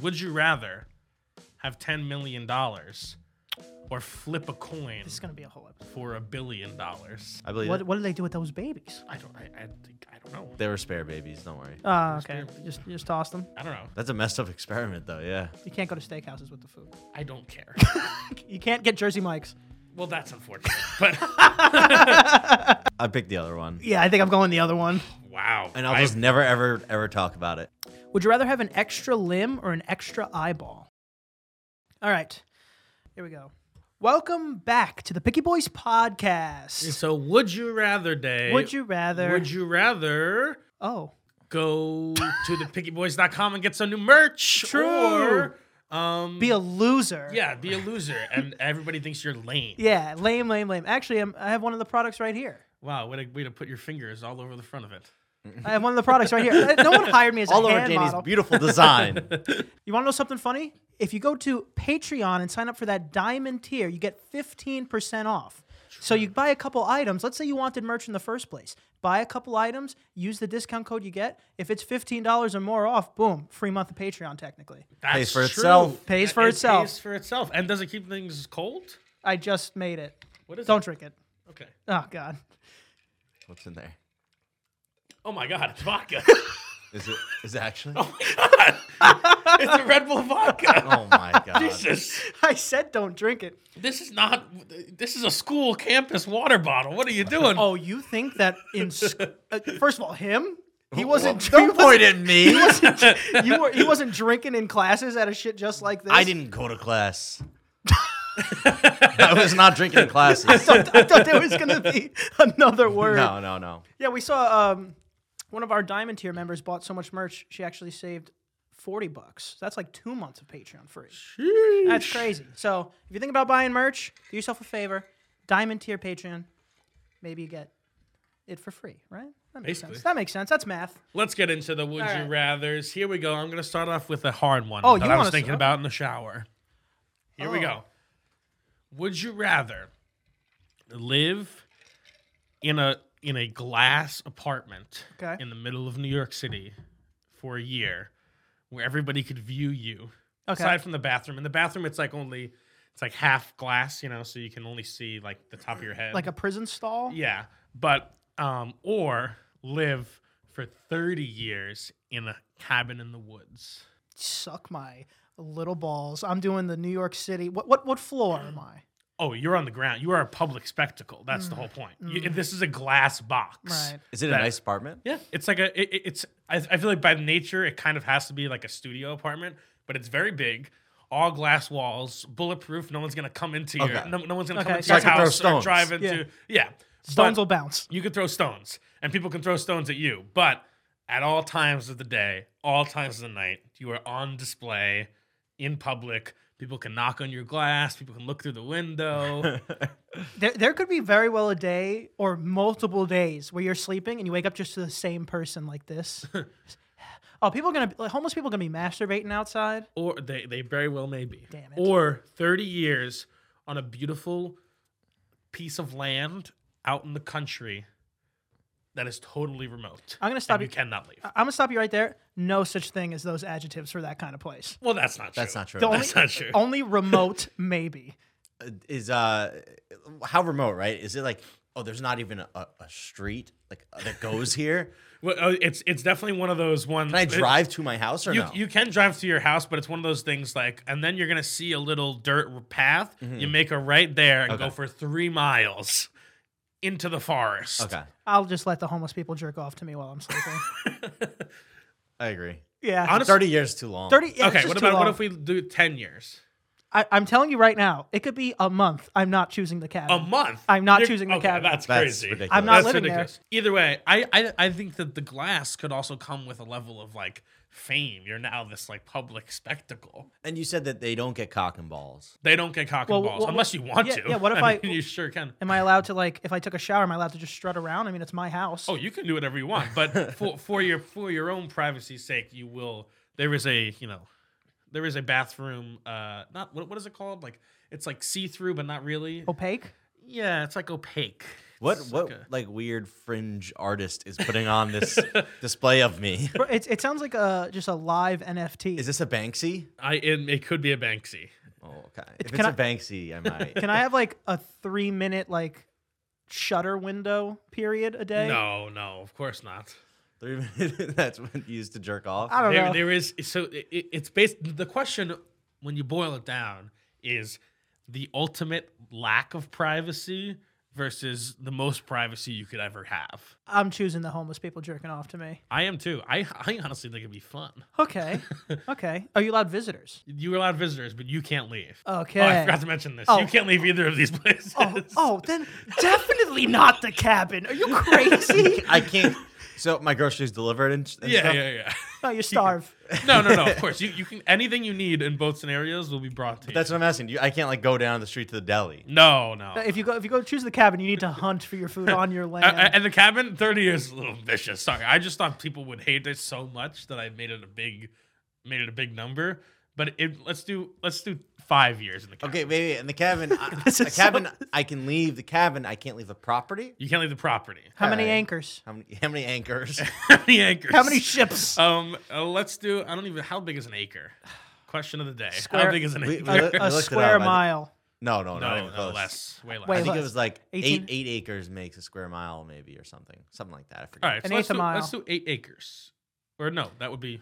Would you rather have ten million dollars or flip a coin This is gonna be a whole episode. for a billion dollars? I believe What it. What did they do with those babies? I don't. I, I think I don't know. they were spare babies. Don't worry. Ah, Those okay. babies. Just just toss them. I don't know. That's a messed up experiment, though. Yeah. You can't go to steakhouses with the food. I don't care. You can't get Jersey Mike's. well, that's unfortunate. But I picked the other one, Yeah, I think I'm going the other one. wow. and I'll I- just never, ever, ever talk about it. Would you rather have an extra limb or an extra eyeball? All right, here we go. Welcome back to the Picky Boys podcast. So would you rather day? Would you rather? Would you rather Oh, go to the pickyboys.com and get some new merch? True. Or um, be a loser. yeah, be a loser, and everybody thinks you're lame. Yeah, lame, lame, lame. Actually, I'm, I have one of the products right here. Wow, way to, way to put your fingers all over the front of it. I have one of the products right here. No one hired me as All a over hand Danny's model. beautiful design. You want to know something funny? If you go to Patreon and sign up for that diamond tier, you get 15% off. So you buy a couple items. Let's say you wanted merch in the first place. Buy a couple items, use the discount code you get. If it's $15 or more off, boom, free month of Patreon technically. That's Pays for true. itself. Pays It- for it itself. Pays for itself. And does it keep things cold? I just made it. What is Don't drink it. it? Okay. Oh god. What's in there? Oh my God, it's vodka. Is it? Is it actually? Oh it's a Red Bull vodka. Oh my god. Jesus, I said don't drink it. this is not. This is a school campus water bottle. What are you doing? Oh, you think that in sc- uh, First of all, him? Oh, He wasn't he Don't wasn't- point at me. you were, he wasn't drinking in classes at a shit just like this. I didn't go to class. I was not drinking in classes. I thought there was gonna be another word. No, no, no. Yeah, we saw um, one of our Diamond tier members bought so much merch she actually saved forty bucks. That's like two months of Patreon free. That's crazy. So if you think about buying merch, do yourself a favor. Diamond tier Patreon, maybe you get it for free, right? That makes Basically. sense. That makes sense. That's math. Let's get into the would All you right. rathers. Here we go. I'm gonna start off with a hard one Oh, that you I wanna was s- thinking okay. about in the shower. Here we Oh. go. Would you rather live in a in a glass apartment Okay. in the middle of New York City for a year where everybody could view you Okay. aside from the bathroom. In the bathroom it's like only it's like half glass, you know, so you can only see like the top of your head. Like a prison stall. Yeah, but um, or live for thirty years in a cabin in the woods. Suck my little balls. I'm doing the New York City. What what what floor am I? Oh, you're on the ground. You are a public spectacle. That's the whole point. You, this is a glass box. Right. Is it a That- nice apartment? Yeah, it's like a. It, it- it's. I, I feel like by nature, it kind of has to be like a studio apartment, but it's very big. All glass walls, bulletproof. No one's gonna come into your. Okay. No, no one's gonna Okay, come into so I your can throw house or stones. drive Yeah. into. Yeah, Stones but- will bounce. You can throw stones, and people can throw stones at you, but at all times of the day, all times of the night, you are on display in public. People can knock on your glass. People can look through the window. There, there could be very well a day or multiple days where you're sleeping and you wake up just to the same person like this. oh, people are gonna like, homeless people are gonna be masturbating outside. or they, they very well may be. Damn it. Or 30 years on a beautiful piece of land out in the country that is totally remote. I'm gonna stop and you. you- cannot leave. I- I'm gonna stop you right there. No such thing as those adjectives for that kind of place. well, that's not true. That's not true. The That's not true. Only remote, maybe. Is uh, how remote? Right? Is it like oh, there's not even a, a a street like that goes here? Well, uh, it's it's definitely one of those ones. Can I drive to my house or you, no? you can drive to your house, but it's one of those things like, and then you're gonna see a little dirt path. You make a right there and go Mm-hmm. Okay. for three miles into the forest. okay, I'll just let the homeless people jerk off to me while I'm sleeping. I agree. yeah. Honest- Thirty years too long. Thirty. Yeah, okay. What about what if we do ten years? I, I'm telling you right now, it could be a month. I'm not choosing the cabin. A month. I'm not You're- choosing the okay, cabin. That's, That's crazy. ridiculous. I'm not That's living there. ridiculous. Either way, I, I I think that the glass could also come with a level of like fame. You're now this like public spectacle. And you said that they don't get cock and balls. They don't get cock and Well, balls well, unless you want yeah, to. yeah, what if I- mean, you sure can. Am I allowed to like? If I took a shower, am I allowed to just strut around? I mean, it's my house. Oh, you can do whatever you want, but for for your for your own privacy's sake, you will. There is a you know, there is a bathroom. Uh, Oh. not what what is it called? Like it's like see through, but not really. Opaque. Yeah, it's like opaque. What what like weird fringe artist is putting on this display of me? Bro, It, it sounds like a just a live NFT. Is this a Banksy? I it, it could be a Banksy. Oh, okay. If can it's a I- Banksy, I might. Can I have like a three minute like shutter window period a day? No, no, of course not. Three minutes. That's when you used to jerk off. I don't There, know. there is so it, it- it's based. The question, when you boil it down, is the ultimate lack of privacy versus the most privacy you could ever have. I'm choosing the homeless people jerking off to me. I am too. I I honestly think it'd be fun. Okay. okay. Are you allowed visitors? You were allowed visitors, but you can't leave. Okay. Oh, I forgot to mention this. Oh. You can't leave either of these places. Oh, oh, then definitely not the cabin. Are you crazy? I can't. So my groceries delivered and, and yeah, stuff? yeah, no, you starve. yeah. No, no, no. Of course, you, you can anything you need in both scenarios will be brought to you. That's what I'm asking. You, I can't like go down the street to the deli. no, no. If you go, if you go choose the cabin, you need to hunt for your food on Uh, your land. A- a- uh, and the cabin 30 is a little vicious sorry i just thought people would hate it so much that i made it a big made it a big number but it, let's do let's do five years in the cabin Okay, maybe in the cabin. I, This the is so- cabin. I can leave the cabin. I can't leave the property. you can't leave the property How many Alright. anchors? How many? How many anchors? how many acres How many ships? um uh, let's do i don't even how big is an acre question of the day how Square- big is an We- acre a looked it a up, square I did- mile. No, no, Oh, not no, even no close. less way less Wait, I think look. it was like eight 18? eight acres makes a square mile, maybe or something, something like that. I forget. all right An so let's eighth a do, let's mile. do eight acres or no that would be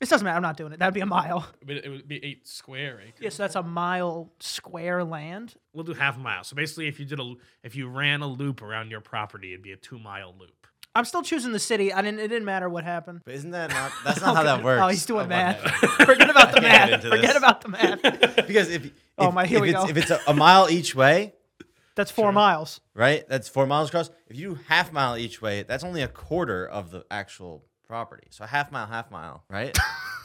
This doesn't matter. I'm not doing it. That'd be a mile. but it would be eight square acres Yeah, so that's a mile square land. we'll do half a mile so basically if you did a if you ran a loop around your property it'd be a two mile loop I'm still choosing the city. I didn't. It didn't matter what happened. But isn't that not? That's not how that works. Oh, he's doing I math. want Forget about the I math. can't get into Forget this. about the math. that. because if, if Oh, my, here if we it's, go. if it's a, a mile each way, That's four miles. right? That's four miles across. If you do half mile each way, that's only a quarter of the actual property. So half mile, half mile, right?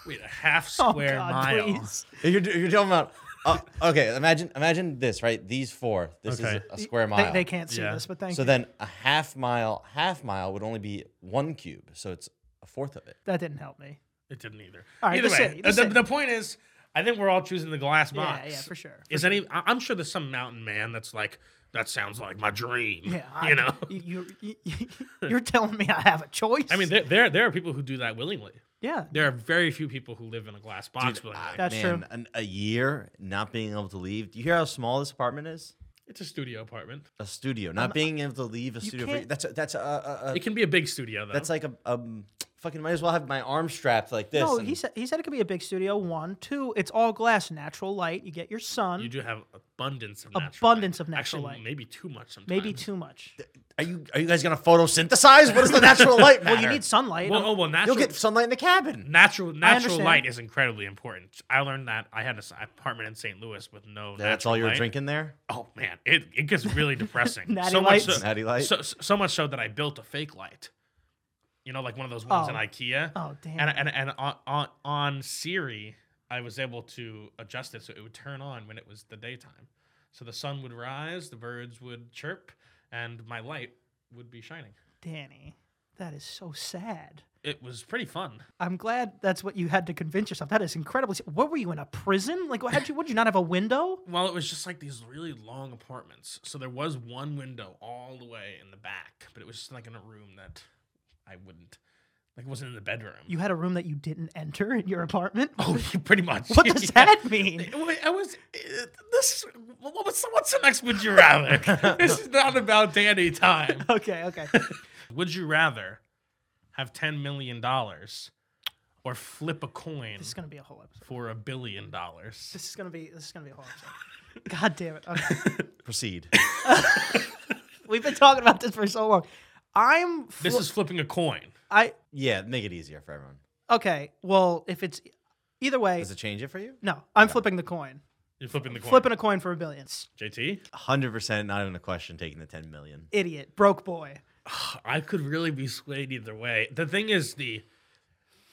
Wait, a half Oh square God, mile. please. you're, you're talking about. Uh, okay, imagine imagine this, right? These four. This is Okay. a square They, mile. they can't see Yeah. this, but thank So you. then a half mile, half mile would only be one cube. So it's a fourth of it. that didn't help me. It didn't either. All right, either the way, city, the, the the- city. the point is, I think we're all choosing the glass box. Yeah, yeah, for sure. Is any? I- I'm sure there's some mountain man that's like, that sounds like my dream. Yeah, I- you know. you, you, you're telling me I have a choice. I mean, there, there there are people who do that willingly. yeah, There are very few people who live in a glass box willingly. That's Ah, Man, true. An, a year not being able to leave. Do you hear how small this apartment is? it's a studio apartment. A studio. Not being able to leave a studio. For, can't- that's a, that's a, a, a It can be a big studio though. that's like a um fucking might as well have my arm strapped like this. no. and- He said he said it could be a big studio. One, two. It's all glass, natural light. You get your sun. you do have abundance of natural Abundance light. of natural Actually, light. maybe too much sometimes. Maybe too much. are you are you guys gonna photosynthesize? What is the natural light matter? Well, you need sunlight. Well, oh well, natural. You'll get sunlight in the cabin. Natural natural understand. light is incredibly important. I learned that I had an apartment in St. Louis with no. That's natural all you're light. drinking there. Oh man, it, it gets really depressing. Natty so much lights? so, Natty light? So, so so much so that I built a fake light. You know, like one of those ones in Oh. IKEA. Oh, damn. And and and on, on on Siri, I was able to adjust it so it would turn on when it was the daytime. So the sun would rise, the birds would chirp, and my light would be shining. Danny, that is so sad. It was pretty fun. I'm glad that's what you had to convince yourself. That is incredibly. What were you in a prison? Like, what had you? Would you not have a window? Well, it was just like these really long apartments. So there was one window all the way in the back, but it was just like in a room that I wouldn't like it wasn't in the bedroom. You had a room that you didn't enter in your apartment. Oh, pretty much. What does Yeah. that mean? It wa- I was uh, this. What was what's the next? Would you rather? this is not about Danny time. Okay, okay. Would you rather have ten million dollars or flip a coin This is gonna be a whole episode. for a billion dollars? This is gonna be. This is gonna be a whole episode. God damn it. Okay. Proceed. We've been talking about this for so long. I'm. Fl- This is flipping a coin. I. yeah, make it easier for everyone. Okay. Well, if it's either way, Does it change it for you? no. I'm flipping the coin. You're flipping the coin. Flipping a coin for a billion. JT. Hundred percent, not even a question. Taking the ten million. Idiot. Broke boy. I could really be swayed either way. The thing is the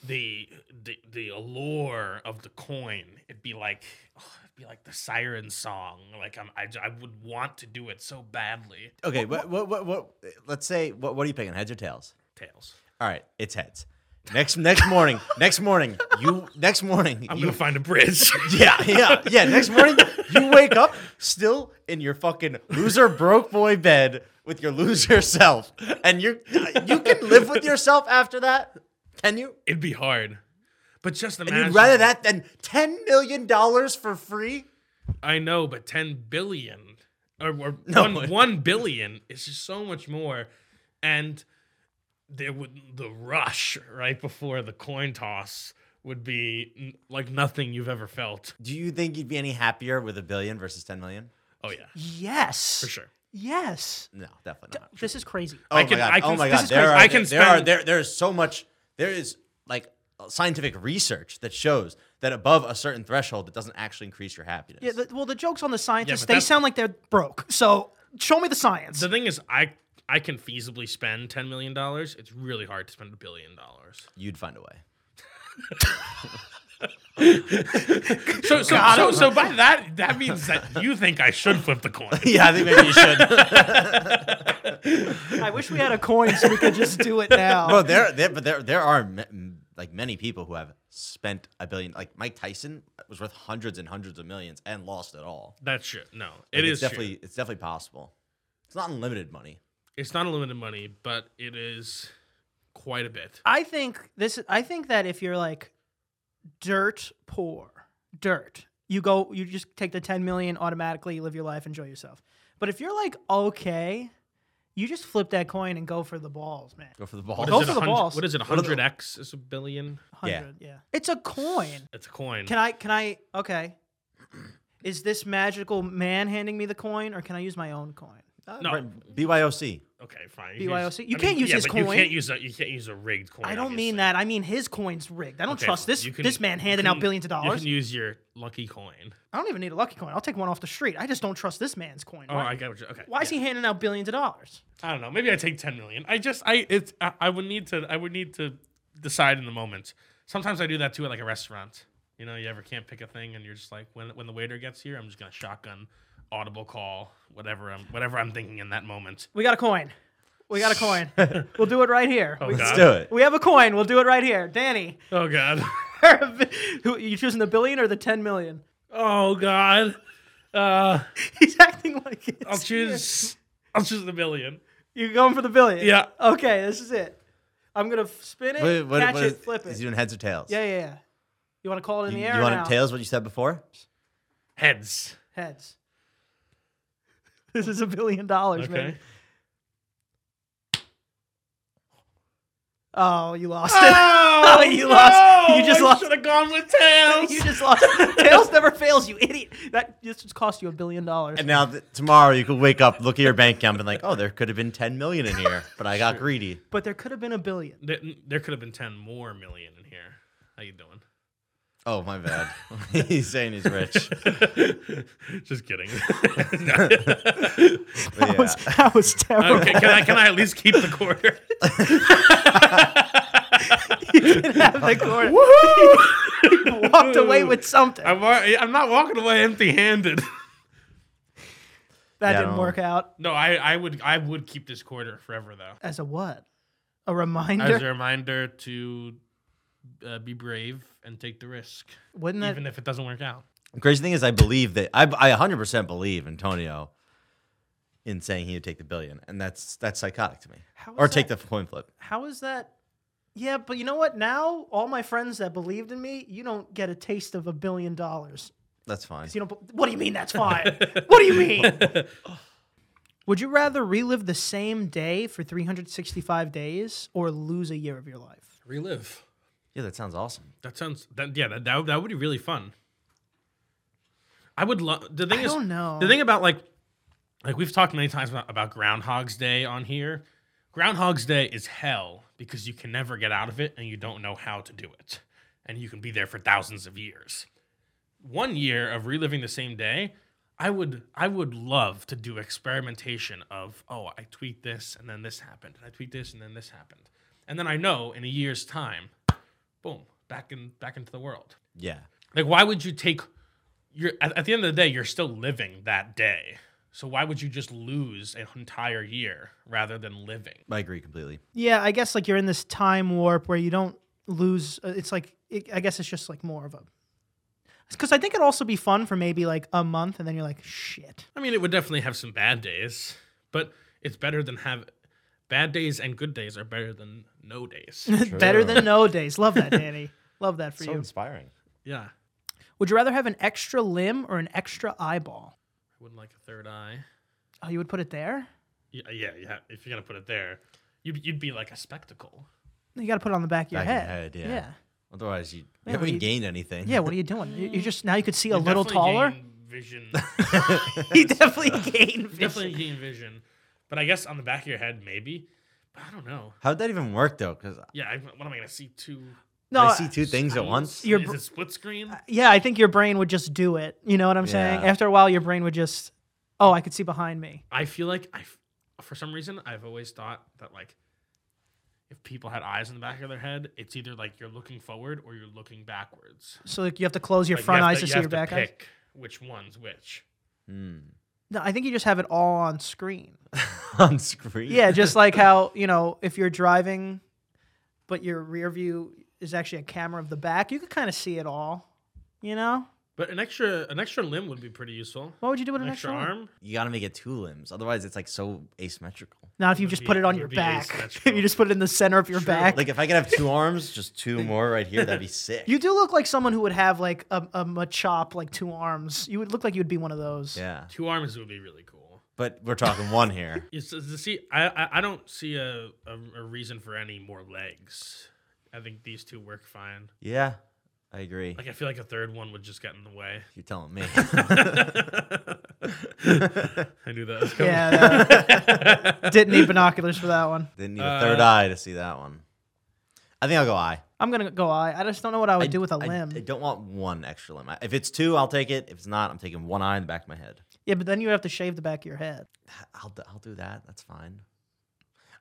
the the, the allure of the coin. It'd be like oh, it'd be like the siren song. Like I'm, I j- I would want to do it so badly. Okay, what, what, what, what, let's say, what, what are you picking, heads or tails? Tails. All right, it's heads. Next, next morning, next morning, you, next morning, I'm you, gonna find a bridge. yeah, yeah, yeah. Next morning, you wake up still in your fucking loser broke boy bed with your loser self, and you you can live with yourself after that. Can you? It'd be hard. But just And imagine. you'd rather that than ten million dollars for free? I know, but 10 billion or, or No. one, 1 billion is just so much more. And there would the rush right before the coin toss would be n- like nothing you've ever felt. Do you think you'd be any happier with a billion versus ten million? Oh yeah, Yes. for sure. Yes. No, D- definitely not. This is crazy. Oh I my can- god! I can- oh my this god! is There crazy. are, I can there, are- spend- there there is so much. There is like scientific research that shows that above a certain threshold, it doesn't actually increase your happiness. Yeah. The, well, the jokes on the scientists, they that's- sound like they're broke. So show me the science. The thing is I I can feasibly spend 10 million dollars. It's really hard to spend a billion dollars. You'd find a way. So so, so so by that that means that you think I should flip the coin. yeah, I think maybe you should. I wish we had a coin so we could just do it now. Bro, there, there, but there, there are ma- m- like many people who have spent a billion. Like Mike Tyson was worth hundreds and hundreds of millions and lost it all. That's shit. No. Like, it is it's shit. definitely, it's definitely possible. It's not unlimited money. It's not unlimited money, but it is quite a bit. I think this. I think that if you're like dirt poor, dirt, you go, you just take the 10 million automatically, live your life, enjoy yourself. But if you're like okay, you just flip that coin and go for the balls, man. Go for the What ball. is it, Go for the 100 balls. What is it? are the- 100x is a billion. Yeah. Hundred, yeah. It's a coin. It's a coin. Can I? Can I? Okay. Is this magical man handing me the coin, or can I use my own coin? No. BYOC. okay, fine. You BYOC. You can't use his but coin. You can't use a you can't use a rigged coin. I don't mean obviously. that. I mean his coin's rigged. I don't Okay, trust this you can- this man you handing out can- billions of You dollars. can use your lucky coin. I don't even need a lucky coin. I'll take one off the street. I just don't trust this man's coin. Oh, Why- I got what you okay. Why is he handing out billions of dollars? I don't know. Maybe I take 10 million. I just I it's I, I would need to I would need to decide in the moment. Sometimes I do that too at like a restaurant. You know, you ever can't pick a thing and you're just like when when the waiter gets here, I'm just going to shotgun audible call whatever I'm whatever I'm thinking in that moment. We got a coin. We got a coin. we'll do it right here. Oh we, god. Let's do it. we have a coin. We'll do it right here. Danny, Oh god. who you choosing the billion or the ten million? Oh god. Uh He's acting like it's I'll choose I'll choose the million. You're going for the billion. Yeah. Okay, this is it. I'm gonna f- spin it, What, what, catch what it, is, flip it. is he doing heads or tails? yeah, yeah, yeah. You want to call it in You, the air? you or want now? to tails what you said before? Heads. Heads. This is a billion dollars, man. Okay. Oh, you lost it. Oh, you lost- you just lost- should have gone with tails. You just lost. Tails never fails, you idiot. That this just cost you a billion dollars. And now th- tomorrow you could wake up, look at your bank account, and like, oh, there could have been ten million in here, but I got greedy. But there could have been a billion. there, there could have been ten more million in here. How you doing? Oh my bad. he's saying he's rich. Just kidding. But That was that was terrible. okay, can I can I at least keep the quarter? You didn't have the quarter. You walked away with something. I'm al- I'm not walking away empty-handed. that Yeah, I didn't don't- work out. No, I, I would I would keep this quarter forever though. As a what? A reminder. As a reminder to uh, be brave and take the risk, Wouldn't that? even if it doesn't work out. The crazy thing is, I believe that I, I 100% believe Antonio in saying he would take the billion, and that's that's psychotic to me. How is Or take that- the coin flip. How is that? Yeah, but you know what? Now all my friends that believed in me, you don't get a taste of a billion dollars. That's fine. You don't. What do you mean that's fine? what do you mean? Would you rather relive the same day for 365 days or lose a year of your life? Relive. Yeah, that sounds awesome. That sounds that yeah that that, that would be really fun. I would love the thing I is don't know. the thing about like like we've talked many times about, about Groundhog's Day on here. Groundhog's Day is hell because you can never get out of it and you don't know how to do it, and you can be there for thousands of years. One year of reliving the same day. I would I would love to do experimentation of oh I tweet this and then this happened and I tweet this and then this happened and then I know in a year's time boom back in back into the world Yeah. like why would you take your at, at the end of the day you're still living that day so why would you just lose an entire year rather than living I agree completely. Yeah, I guess like you're in this time warp where you don't lose. uh, It's like it, I guess it's just like more of a. Because I think it'd also be fun for maybe like a month, and then you're like, shit. i mean it would definitely have some bad days but It's better than have bad days and good days are better than no days. Better than no days. Love that, Danny. Love that for So you. inspiring. yeah. Would you rather have an extra limb or an extra eyeball? I wouldn't like a third eye. Oh, you would put it there? Yeah, yeah, yeah. If you're gonna put it there, you'd you'd be like a spectacle. You got to put it on the back of your Back of your head. head, yeah. yeah. Otherwise, you Yeah, haven't we- gained anything. Yeah, what are you doing? You, you just now you could see a You little definitely taller. gain Vision. he definitely gained You vision. definitely gain vision, but I guess on the back of your head maybe. But I don't know. How'd that even work though? Because Yeah, I, what am I gonna see? Two. No, I see two things at schools? once. Your is br- it split screen? yeah, I think your brain would just do it. You know what I'm saying? Yeah. After a while, your brain would just, oh, I could see behind me. I feel like I, for some reason, I've always thought that like, if people had eyes in the back of their head, it's either like you're looking forward or you're looking backwards. So like, you have to close your Like, you front have eyes to, you see have your back eyes. Pick which one's which. Hmm. No, I think you just have it all on screen. on screen. Yeah, just like how you know if you're driving, but your rear view is actually a camera of the back, you could kind of see it all. You know, But an extra an extra limb would be pretty useful. what would you do with An an extra one? arm. You gotta make it two limbs. Otherwise, it's like so asymmetrical. Now, if you Would just be- put it on would your be back, if asymmetrical. you just put it in the center of your True. back, Like if I could have two arms, just two more right here, that'd be sick. you do look like someone who would have like a, a machop, like two arms. You would look like you would be one of those. yeah, Two arms would be really cool. but we're talking one here. It's, it's to see, I, I I don't see a, a a reason for any more legs. I think these two work fine. Yeah, I agree. Like I feel like a third one would just get in the way. You're telling me. I knew that was coming. Yeah, no. didn't need binoculars for that one. Didn't need a third eye to see that one. I think I'll go eye. I'm gonna go eye. I just don't know what I would I do with a I- limb. I, don't want one extra limb. I- If it's two, I'll take it. If it's not, I'm taking one eye in the back of my head. yeah, but then you have to shave the back of your head. I'll d- I'll do that. That's fine.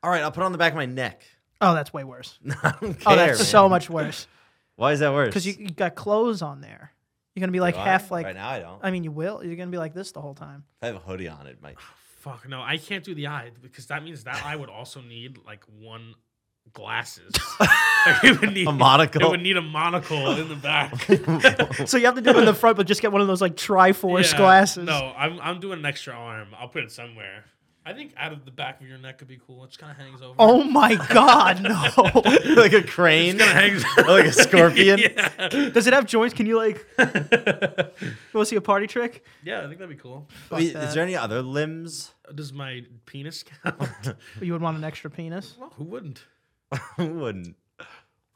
All right, I'll put it on the back of my neck. Oh, that's way worse. I don't Oh, care, that's man. so much worse. Why is that worse? Because you, you got clothes on there. You're gonna be like Do I? half like. right now. I don't. I mean, you will. You're gonna be like this the whole time. If I have a hoodie on. It might. Fuck no, I can't do the eye because that means that eye would also need like one glasses. Like, it would need A monocle. It would need a monocle in the back. So you have to do it in the front, but just get one of those like Triforce Yeah, glasses. No, I'm I'm doing an extra arm. I'll put it somewhere. I think out of the back of your neck could be cool. It just kind of hangs over. Oh my God, no. like a crane. it hangs. like a scorpion. yeah. Does it have joints? Can you like? you want to see a party trick? yeah, I think that'd be cool. Wait, Fuck is there any other limbs? Does my penis count? You would want an extra penis. well, who wouldn't? Who wouldn't?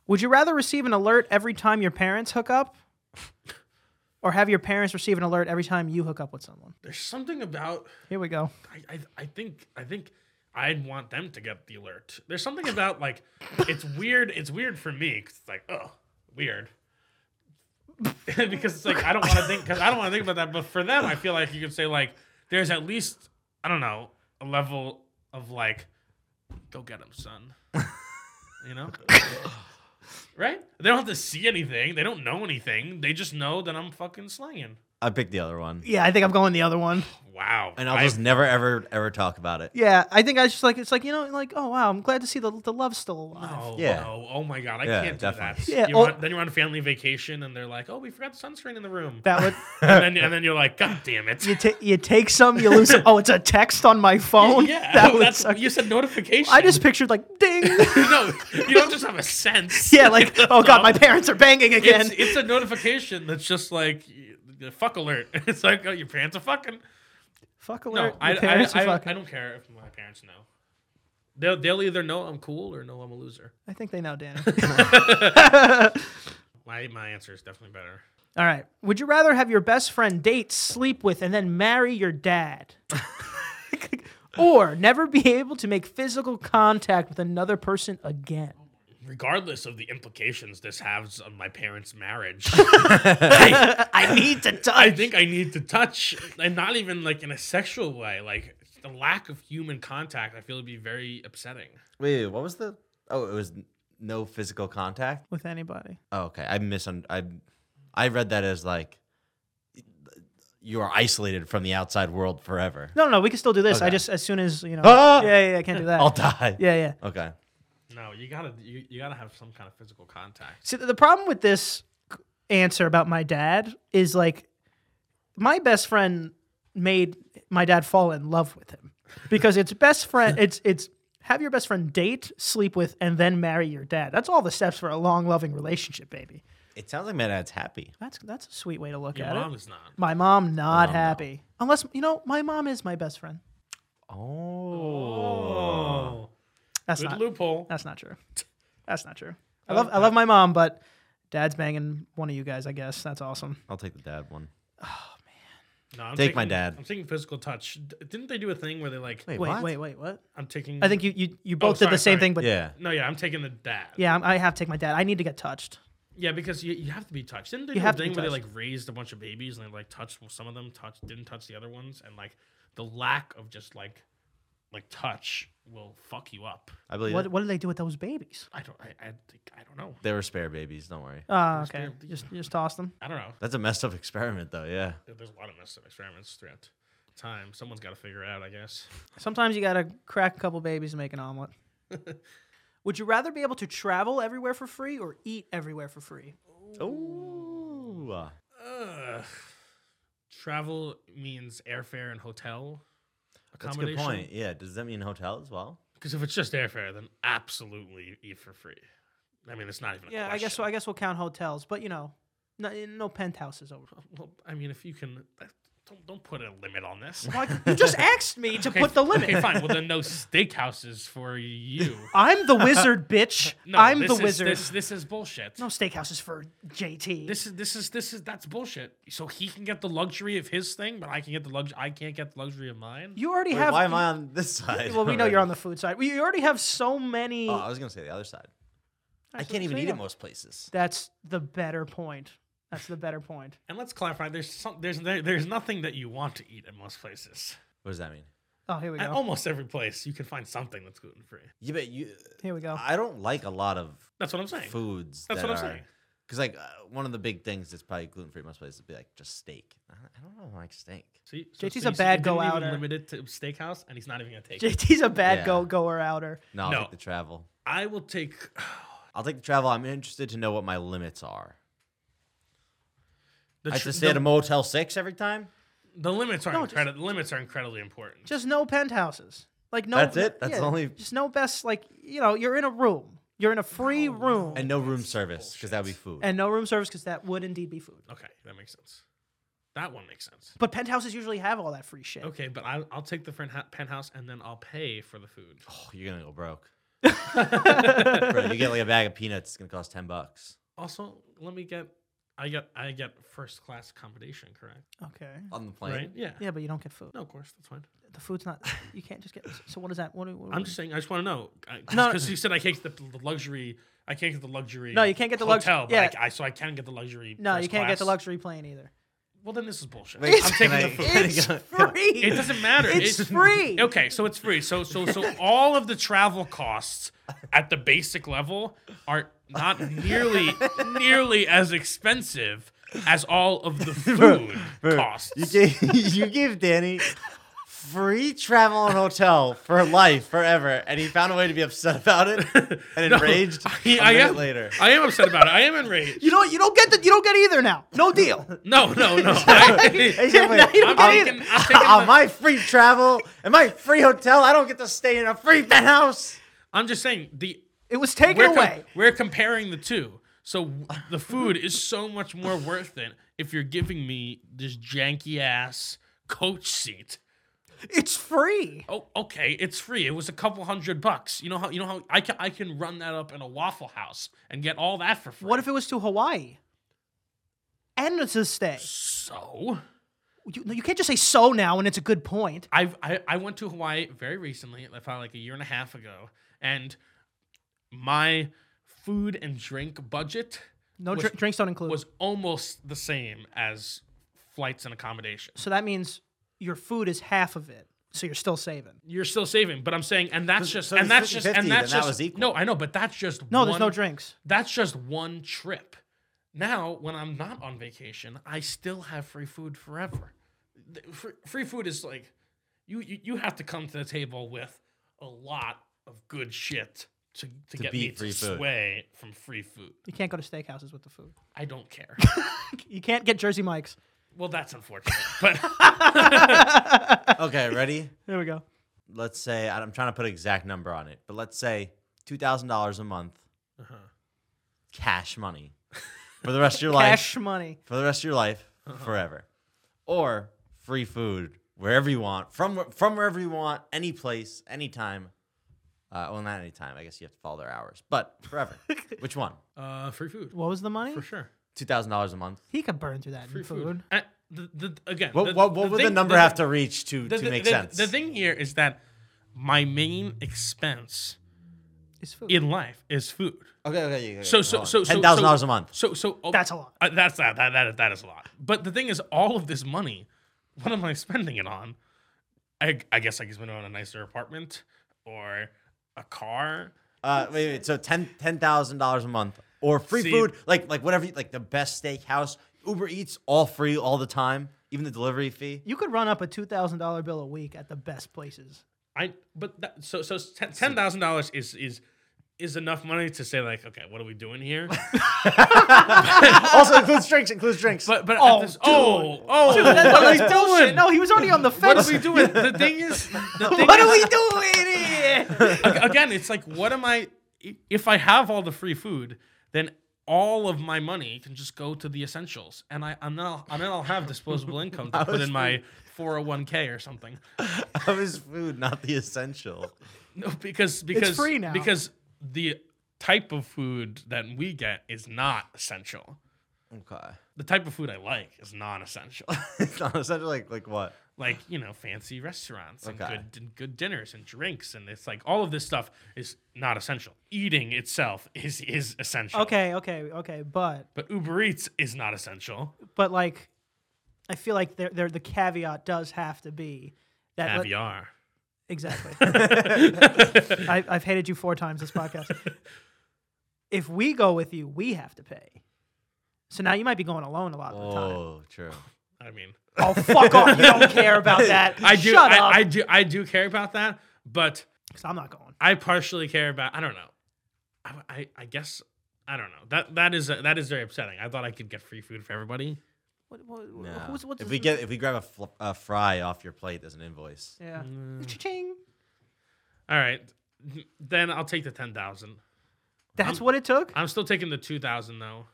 Would you rather receive an alert every time your parents hook up, or have your parents receive an alert every time you hook up with someone? There's something about Here we go. I, I I think I think I'd want them to get the alert. There's something about like it's weird. It's weird for me 'cause it's like oh weird. because it's like I don't want to think because I don't want to think about that. But for them, I feel like you could say like there's at least I don't know a level of like go get him, son. You know. Right? They don't have to see anything. They don't know anything. They just know that I'm fucking slinging. I picked the other one, Yeah, I think I'm going the other one. Wow. and I'll I- just never ever ever talk about it. Yeah, I think I just like it's like you know like oh wow I'm glad to see the the love still alive. Oh, Yeah. no. Oh my God. I Yeah, can't do definitely. that. Yeah, You oh- want- then you're on a family vacation and they're like, oh, we forgot the sunscreen in the room. That would and, then, and then you're like, God damn it. you, ta- you take some you lose some. Oh, it's a text on my phone. yeah. oh, that would that's, suck. You said notification. I just pictured like ding. no, you don't just have a sense. yeah, like oh god, my No. parents are banging again. It's, it's a notification that's just like the fuck alert. It's like, oh, your parents are fucking. Fuck No, alert. I, your parents I, are I, fucking. I don't care if my parents know. They'll, they'll either know I'm cool or know I'm a loser. I think they know, Danny. My, my answer is definitely better. All right. Would you rather have your best friend date, sleep with, and then marry your dad? or never be able to make physical contact with another person again? Regardless of the implications this has on my parents' marriage. I need to touch. I think I need to touch, and not even like in a sexual way. Like the lack of human contact, I feel would be very upsetting. Wait, wait, what was the? Oh, it was n- no physical contact. with anybody. Oh, okay, I misun. I I read that as like you are isolated from the outside world forever. No, no, no. We can still do this. I Okay. just as soon as you know. Ah! Yeah, yeah, yeah. I can't do that. I'll die. yeah, yeah. Okay. No, you gotta you, you gotta have some kind of physical contact. See, the the problem with this answer about my dad is like, my best friend made my dad fall in love with him. because it's best friend. It's it's have your best friend date, sleep with, and then marry your dad. That's all the steps for a long, loving relationship, baby. It sounds like my dad's happy. That's that's a sweet way to look Your at mom it. is not. My mom not mom, no. happy. Unless you know, my mom is my best friend. Oh. Oh. Oh, That's good not loophole. that's not true. That's not true. I love I love my mom, but dad's banging one of you guys. I guess that's awesome. I'll take the dad one. No, I'm Take my taking- dad. I'm taking physical touch. D- Didn't they do a thing where they like? Wait, wait, wait, what? I'm taking. I think you you, you both did Oh, sorry, the same sorry. thing, but yeah, Yeah. No, yeah, I'm taking the dad. I'm, I have to take my dad. I need to get touched. Yeah, because you, you have to be touched. Didn't they do have a to be thing where they like touched. raised a bunch of babies and they like touched some of them, touched didn't touch the other ones, and like the lack of just like like touch will fuck you up. I believe What it. what do they do with those babies? I don't. I I, think, I don't know. they were spare babies. Don't worry. Ah, Those okay. damn- Just just toss them. I don't know. That's a messed up experiment, though. Yeah. There- There's a lot of messed up experiments throughout time. Someone's got to figure it out, I guess. Sometimes you gotta crack a couple babies to make an omelet. Would you rather be able to travel everywhere for free or eat everywhere for free? Ooh. Uh, Ugh. Travel means airfare and hotel. That's a good point. Yeah. Does that mean hotel as well? Because if it's just airfare, then absolutely eat for free. I mean, it's not even. A Yeah, I guess so. question. I guess we'll count hotels, but you know, no, eh, no penthouses over. Well, I mean, if you can, don't don't put a limit on this. Why- you just asked me to put the limit. Okay, fine. Well, then no steakhouses for you. I'm the wizard, bitch. No, I'm this the is- wizard. This, this is bullshit. No steakhouses for JT. This is this is this is that's bullshit. So he can get the luxury of his thing, but I can get the lux. I can't get the luxury of mine. you already Wait, have. why am I on this side? Well, we know you're on the food side. You already have so many. Oh, I was gonna say the other side. I That's can't what even I'm eat at saying. most places. That's the better point. That's the better point. And let's clarify. There's some. There's there, there's nothing that you want to eat at most places. What does that mean? Oh, here we At go. almost every place, you can find something that's gluten free. Yeah, but you. Here we go. I don't like a lot of That's what I'm saying. foods. That's that what I'm are, saying. Because like uh, one of the big things that's probably gluten free most places would be like just steak. I I don't know, I like steak. See, JT's so a you bad didn't even go-outer. Limit it to steakhouse, and he's not even gonna take it. JT's a bad Yeah. go goer outer. No, I'll No. take the travel. I will take. I'll take the travel. I'm interested to know what my limits are. The I have tr- to stay at a Motel Six every time. The limits are No, just- incredible. The limits are incredibly important. Just no penthouses. Like no. That's it? That's yeah, the only- Just no best. Like you know, you're in a room. You're in a free room. And And, Oh, no room service because that would be food. no room service because that would indeed be food. okay, that makes sense. That one makes sense. But penthouses usually have all that free shit. Okay, but I, I'll take the friend ha- penthouse and then I'll pay for the food. oh, you're gonna go broke. Bro, you get like a bag of peanuts. It's gonna cost ten bucks Also, let me get. I get I get first class accommodation, correct? Okay. on the plane. Right? Yeah. Yeah, Mm. but you don't get food. No, of course, that's fine. The food's not. You can't just get. So what is that? What? do- what do I'm we- just saying. I just want to know. No, no. because you said I can't get the, the luxury. I can't get the luxury. No, you can't get the lux- hotel, yeah. But I, I, so I can get the luxury. No, you first can't get the class. luxury plane either. Well, then this is bullshit. Wait, I'm can taking the food. I- It's free. It doesn't matter. It's free. Okay, so it's free. So so so all of the travel costs at the basic level are not nearly nearly as expensive as all of the food Bro, costs. You gave you gave Danny free travel and hotel for life forever, and he found a way to be upset about it and No, enraged I- a I minute am- later. I am upset about it. I am enraged. You don't. You don't get the. You don't get either now. No deal. No, no, no. I, He said, "Wait, No, you I'm don't get I'm- either. taking, I'm taking on the- my free travel and my free hotel, I don't get to stay in a free penthouse. I'm just saying the It was taken we're, com- away. we're comparing the two. So w- the food is so much more worth it if you're giving me this janky ass coach seat. it's free. Oh, okay. It's free. It was a couple hundred bucks. You know how you know how I can I can run that up in a Waffle House and get all that for free. What if it was to Hawaii? And it's a stay. so? You, no, you can't just say so now and it's a good point. I've, I I went to Hawaii very recently, like, probably like a year and a half ago, and my food and drink budget No Was- dr- drinks don't include. was almost the same as flights and accommodations. so that means your food is half of it. So you're still saving. You're still saving, but I'm saying, and that's just, so and it's that's just, 50-50, and that's then just, that was equal. no, I know, but that's just No, there's no one- drinks. That's just one trip. Now, when I'm not on vacation, I still have free food forever. Th- Free, free food is like you, you you have to come to the table with a lot of good shit to, to, get me beat to free food. sway from free food. You can't go to steakhouses with the food. I don't care. You can't get Jersey Mike's. well, that's unfortunate, but Okay, ready? There we go. let's say I- I'm trying to put an exact number on it, but let's say two thousand dollars a month, Uh-huh. cash money, for the rest of your life, Cash money. for the rest of your life, Uh-huh. forever, or free food wherever you want, from wh- from wherever you want, any place, anytime. Uh, well, not anytime. I guess you have to follow their hours, but forever. Which one? Uh, free food What was the money? for sure. Two thousand dollars a month. He could burn through that Free in food. food. Uh, the, the, again, What, the, what, what would the thing- number have to reach to, the, to the- make the- sense? The thing here is that my main expense It's food. in life is food. okay, okay, okay, okay. So so hold on. so so- ten thousand dollars so- a month. So so oh, That's a lot. uh, that's that, that that is- that is a lot. But the thing is, all of this money, what am I spending it on? I I guess I could spend it on a nicer apartment or a car. Uh, wait, wait. So ten ten thousand dollars a month or free See- food, like like whatever, you- like the best steakhouse, Uber Eats, all free all the time, even the delivery fee. You could run up a two thousand dollar bill a week at the best places. I but that, so so ten thousand dollars is is is enough money to say like okay what are we doing here also includes drinks, includes drinks. but but at Oh, this- dude. oh oh Dude, that- what are we that's bullshit. doing No, he was already on the what fence. are we doing the thing is the thing What is- are we doing here? Ag- again, it's like, what am I? i- If I have all the free food, then all of my money can just go to the essentials, and I and then I'll, and then I'll have disposable income to put in my 401k or something. How is food not the essential? No, because because free now. because the type of food that we get is not essential. Okay, The type of food I like is non-essential, it's not essential. Like like what? like you know, fancy restaurants and Okay. good and good dinners and drinks, and it's like all of this stuff is not essential. Eating itself is is essential. okay, okay, okay, but But Uber Eats is not essential. but like, I feel like there there the caveat does have to be that let- Caviar. Exactly. I, I've hated you four times this podcast. If we go with you, we have to pay. So now you might be going alone a lot of the time. Oh, true. I mean, Oh, fuck off. You don't care about that. I do. Shut I, up. I do. I do care about that, but 'Cause I'm not going. I partially care about. I don't know. I, I, I guess I don't know. That that is that is very upsetting. I thought I could get free food for everybody. What, what, No. who's, what's if we get if we grab a, fl- a fry off your plate, there's an invoice. Yeah. Mm. Cha-ching. All right, then I'll take the ten thousand. That's what it took? I'm still taking the two thousand though.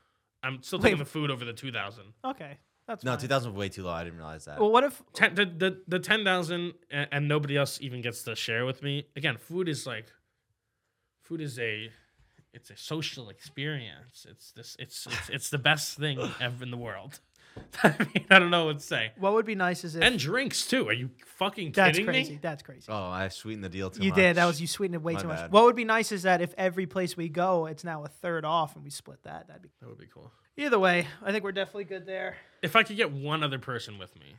I'm still taking Wait. the food over the two thousand. Okay. That's No, fine. two thousand was way too low. I didn't realize that. Oh. Well, what if Ten, the the, the ten thousand and, and nobody else even gets to share with me. Again, food is like, food is a, it's a social experience. It's this. It's it's, it's the best thing ever in the world. I mean, I don't know what to say. what would be nice is if And drinks too. Are you fucking that's kidding crazy. me? That's crazy. oh, I sweetened the deal too you much. did. That was you sweetened it way My too much. bad. What would be nice is that if every place we go, it's now a third off and we split that. That'd be That would be cool. Either way, I think we're definitely good there. If I could get one other person with me,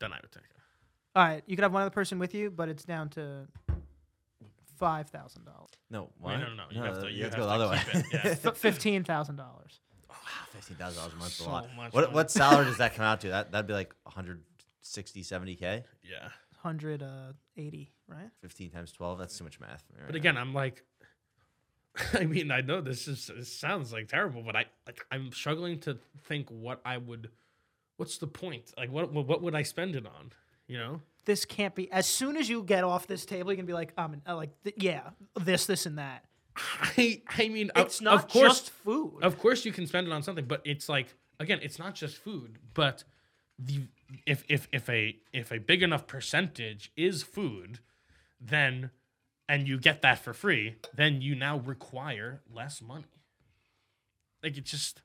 then I would take it. All right, you could have one other person with you, but it's down to five thousand dollars, No, Wait, what? no, no, no. You have to. You have go the other to way. keep it. Yeah. fifteen thousand dollars. Fifteen thousand dollars a month is So a lot. much What money. what salary does that come out to? That that'd be like 160, 70 k. yeah. Hundred uh, eighty, right? Fifteen times twelve. That's too much math. But again, I'm like, I mean, I know this is this sounds like terrible, but I like I'm struggling to think what I would, what's the point? Like, what what what would I spend it on? You know, This can't be. As soon as you get off this table, you can be like, um, uh, like, th- yeah, this, this, and that. I I mean, of- It's not of course, just food. of course, you can spend it on something, but it's like again, it's not just food, but the if if if a if a big enough percentage is food, then and you get that for free, then you now require less money. Like it just,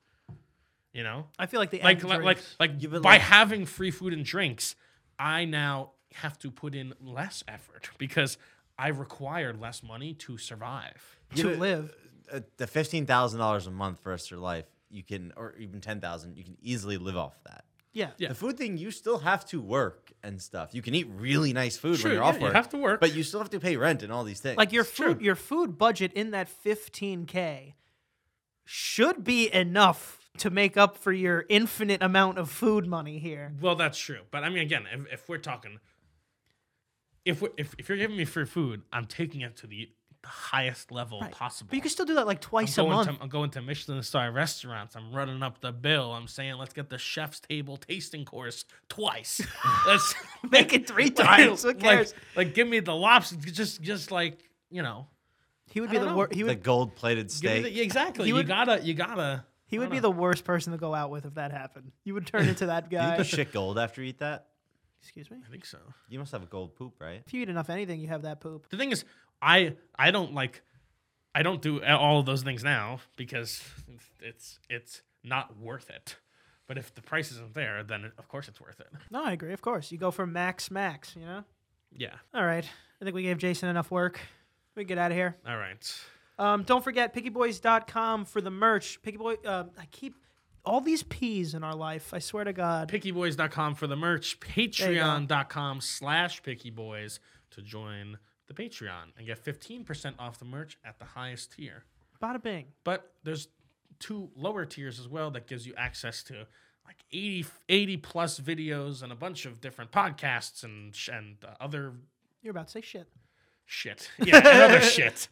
you know. I feel like the like end like like, drinks- like Yeah, by but like- having free food and drinks, I now have to put in less effort because I require less money to survive. to live. Uh, the fifteen thousand dollars a month for the rest of your life, you can, or even ten thousand, you can easily live off that. Yeah. Yeah. The food thing, you still have to work and stuff. You can eat really nice food Sure, when you're yeah, off you work. have to work. but you still have to pay rent and all these things. Like your It's true. food, your food budget in that fifteen k should be enough to make up for your infinite amount of food money here. Well, that's true, but I mean, again, if, if we're talking, if, we're, if if you're giving me free food, I'm taking it to the the highest level possible. But you can still do that like twice a I'm going month. To, I'm going to Michelin star restaurants. I'm running up the bill. I'm saying, let's get the chef's table tasting course twice. Let's Make it three times. Who Like, cares? like, give me the lobster. Just, just like you know. he would I be don't the know. wor- he The would gold plated give me steak. the- yeah, exactly. He You would- gotta, you gotta. he I would don't be know. the worst person to go out with if that happened. You would turn into that Do you guy. think you shit gold after you eat that? Excuse me. I think so. You must have a gold poop, right? If you eat enough anything, you have that poop. The thing is, I, I don't like, I don't do all of those things now because it's, it's not worth it. But if the price isn't there, then it, of course it's worth it. No, I agree. Of course, you go for max max. You know. Yeah. All right. I think we gave Jason enough work. We can get out of here. All right. Um, don't forget pickyboys.com for the merch. Pickyboy, uh, I keep all these P's in our life. I swear to God. pickyboys.com for the merch, you go. patreon.com slash pickyboys to join the Patreon and get 15% off the merch at the highest tier. Bada bing. But there's two lower tiers as well that gives you access to like 80, 80 plus videos and a bunch of different podcasts and sh- and uh, other You're about to say shit. shit. Yeah, and other shit.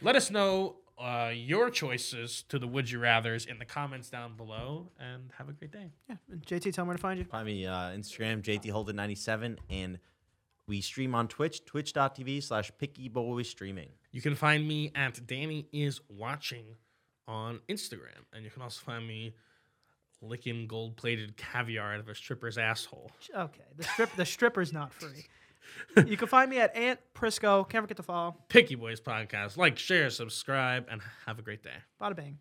Let us know uh, your choices to the would you rathers in the comments down below and have a great day. Yeah. And JT, tell me where to find you. Find me uh, Instagram, JTHolden97, and we stream on Twitch, twitch.tv slash pickyboystreaming. streaming. You can find me at Danny is watching on Instagram, and you can also find me licking gold plated caviar out of a stripper's asshole. Okay. The strip, the stripper's not free. You can find me at Aunt Prisco. Can't forget to follow. Picky Boys podcast. Like, share, subscribe, and have a great day. Bada bing.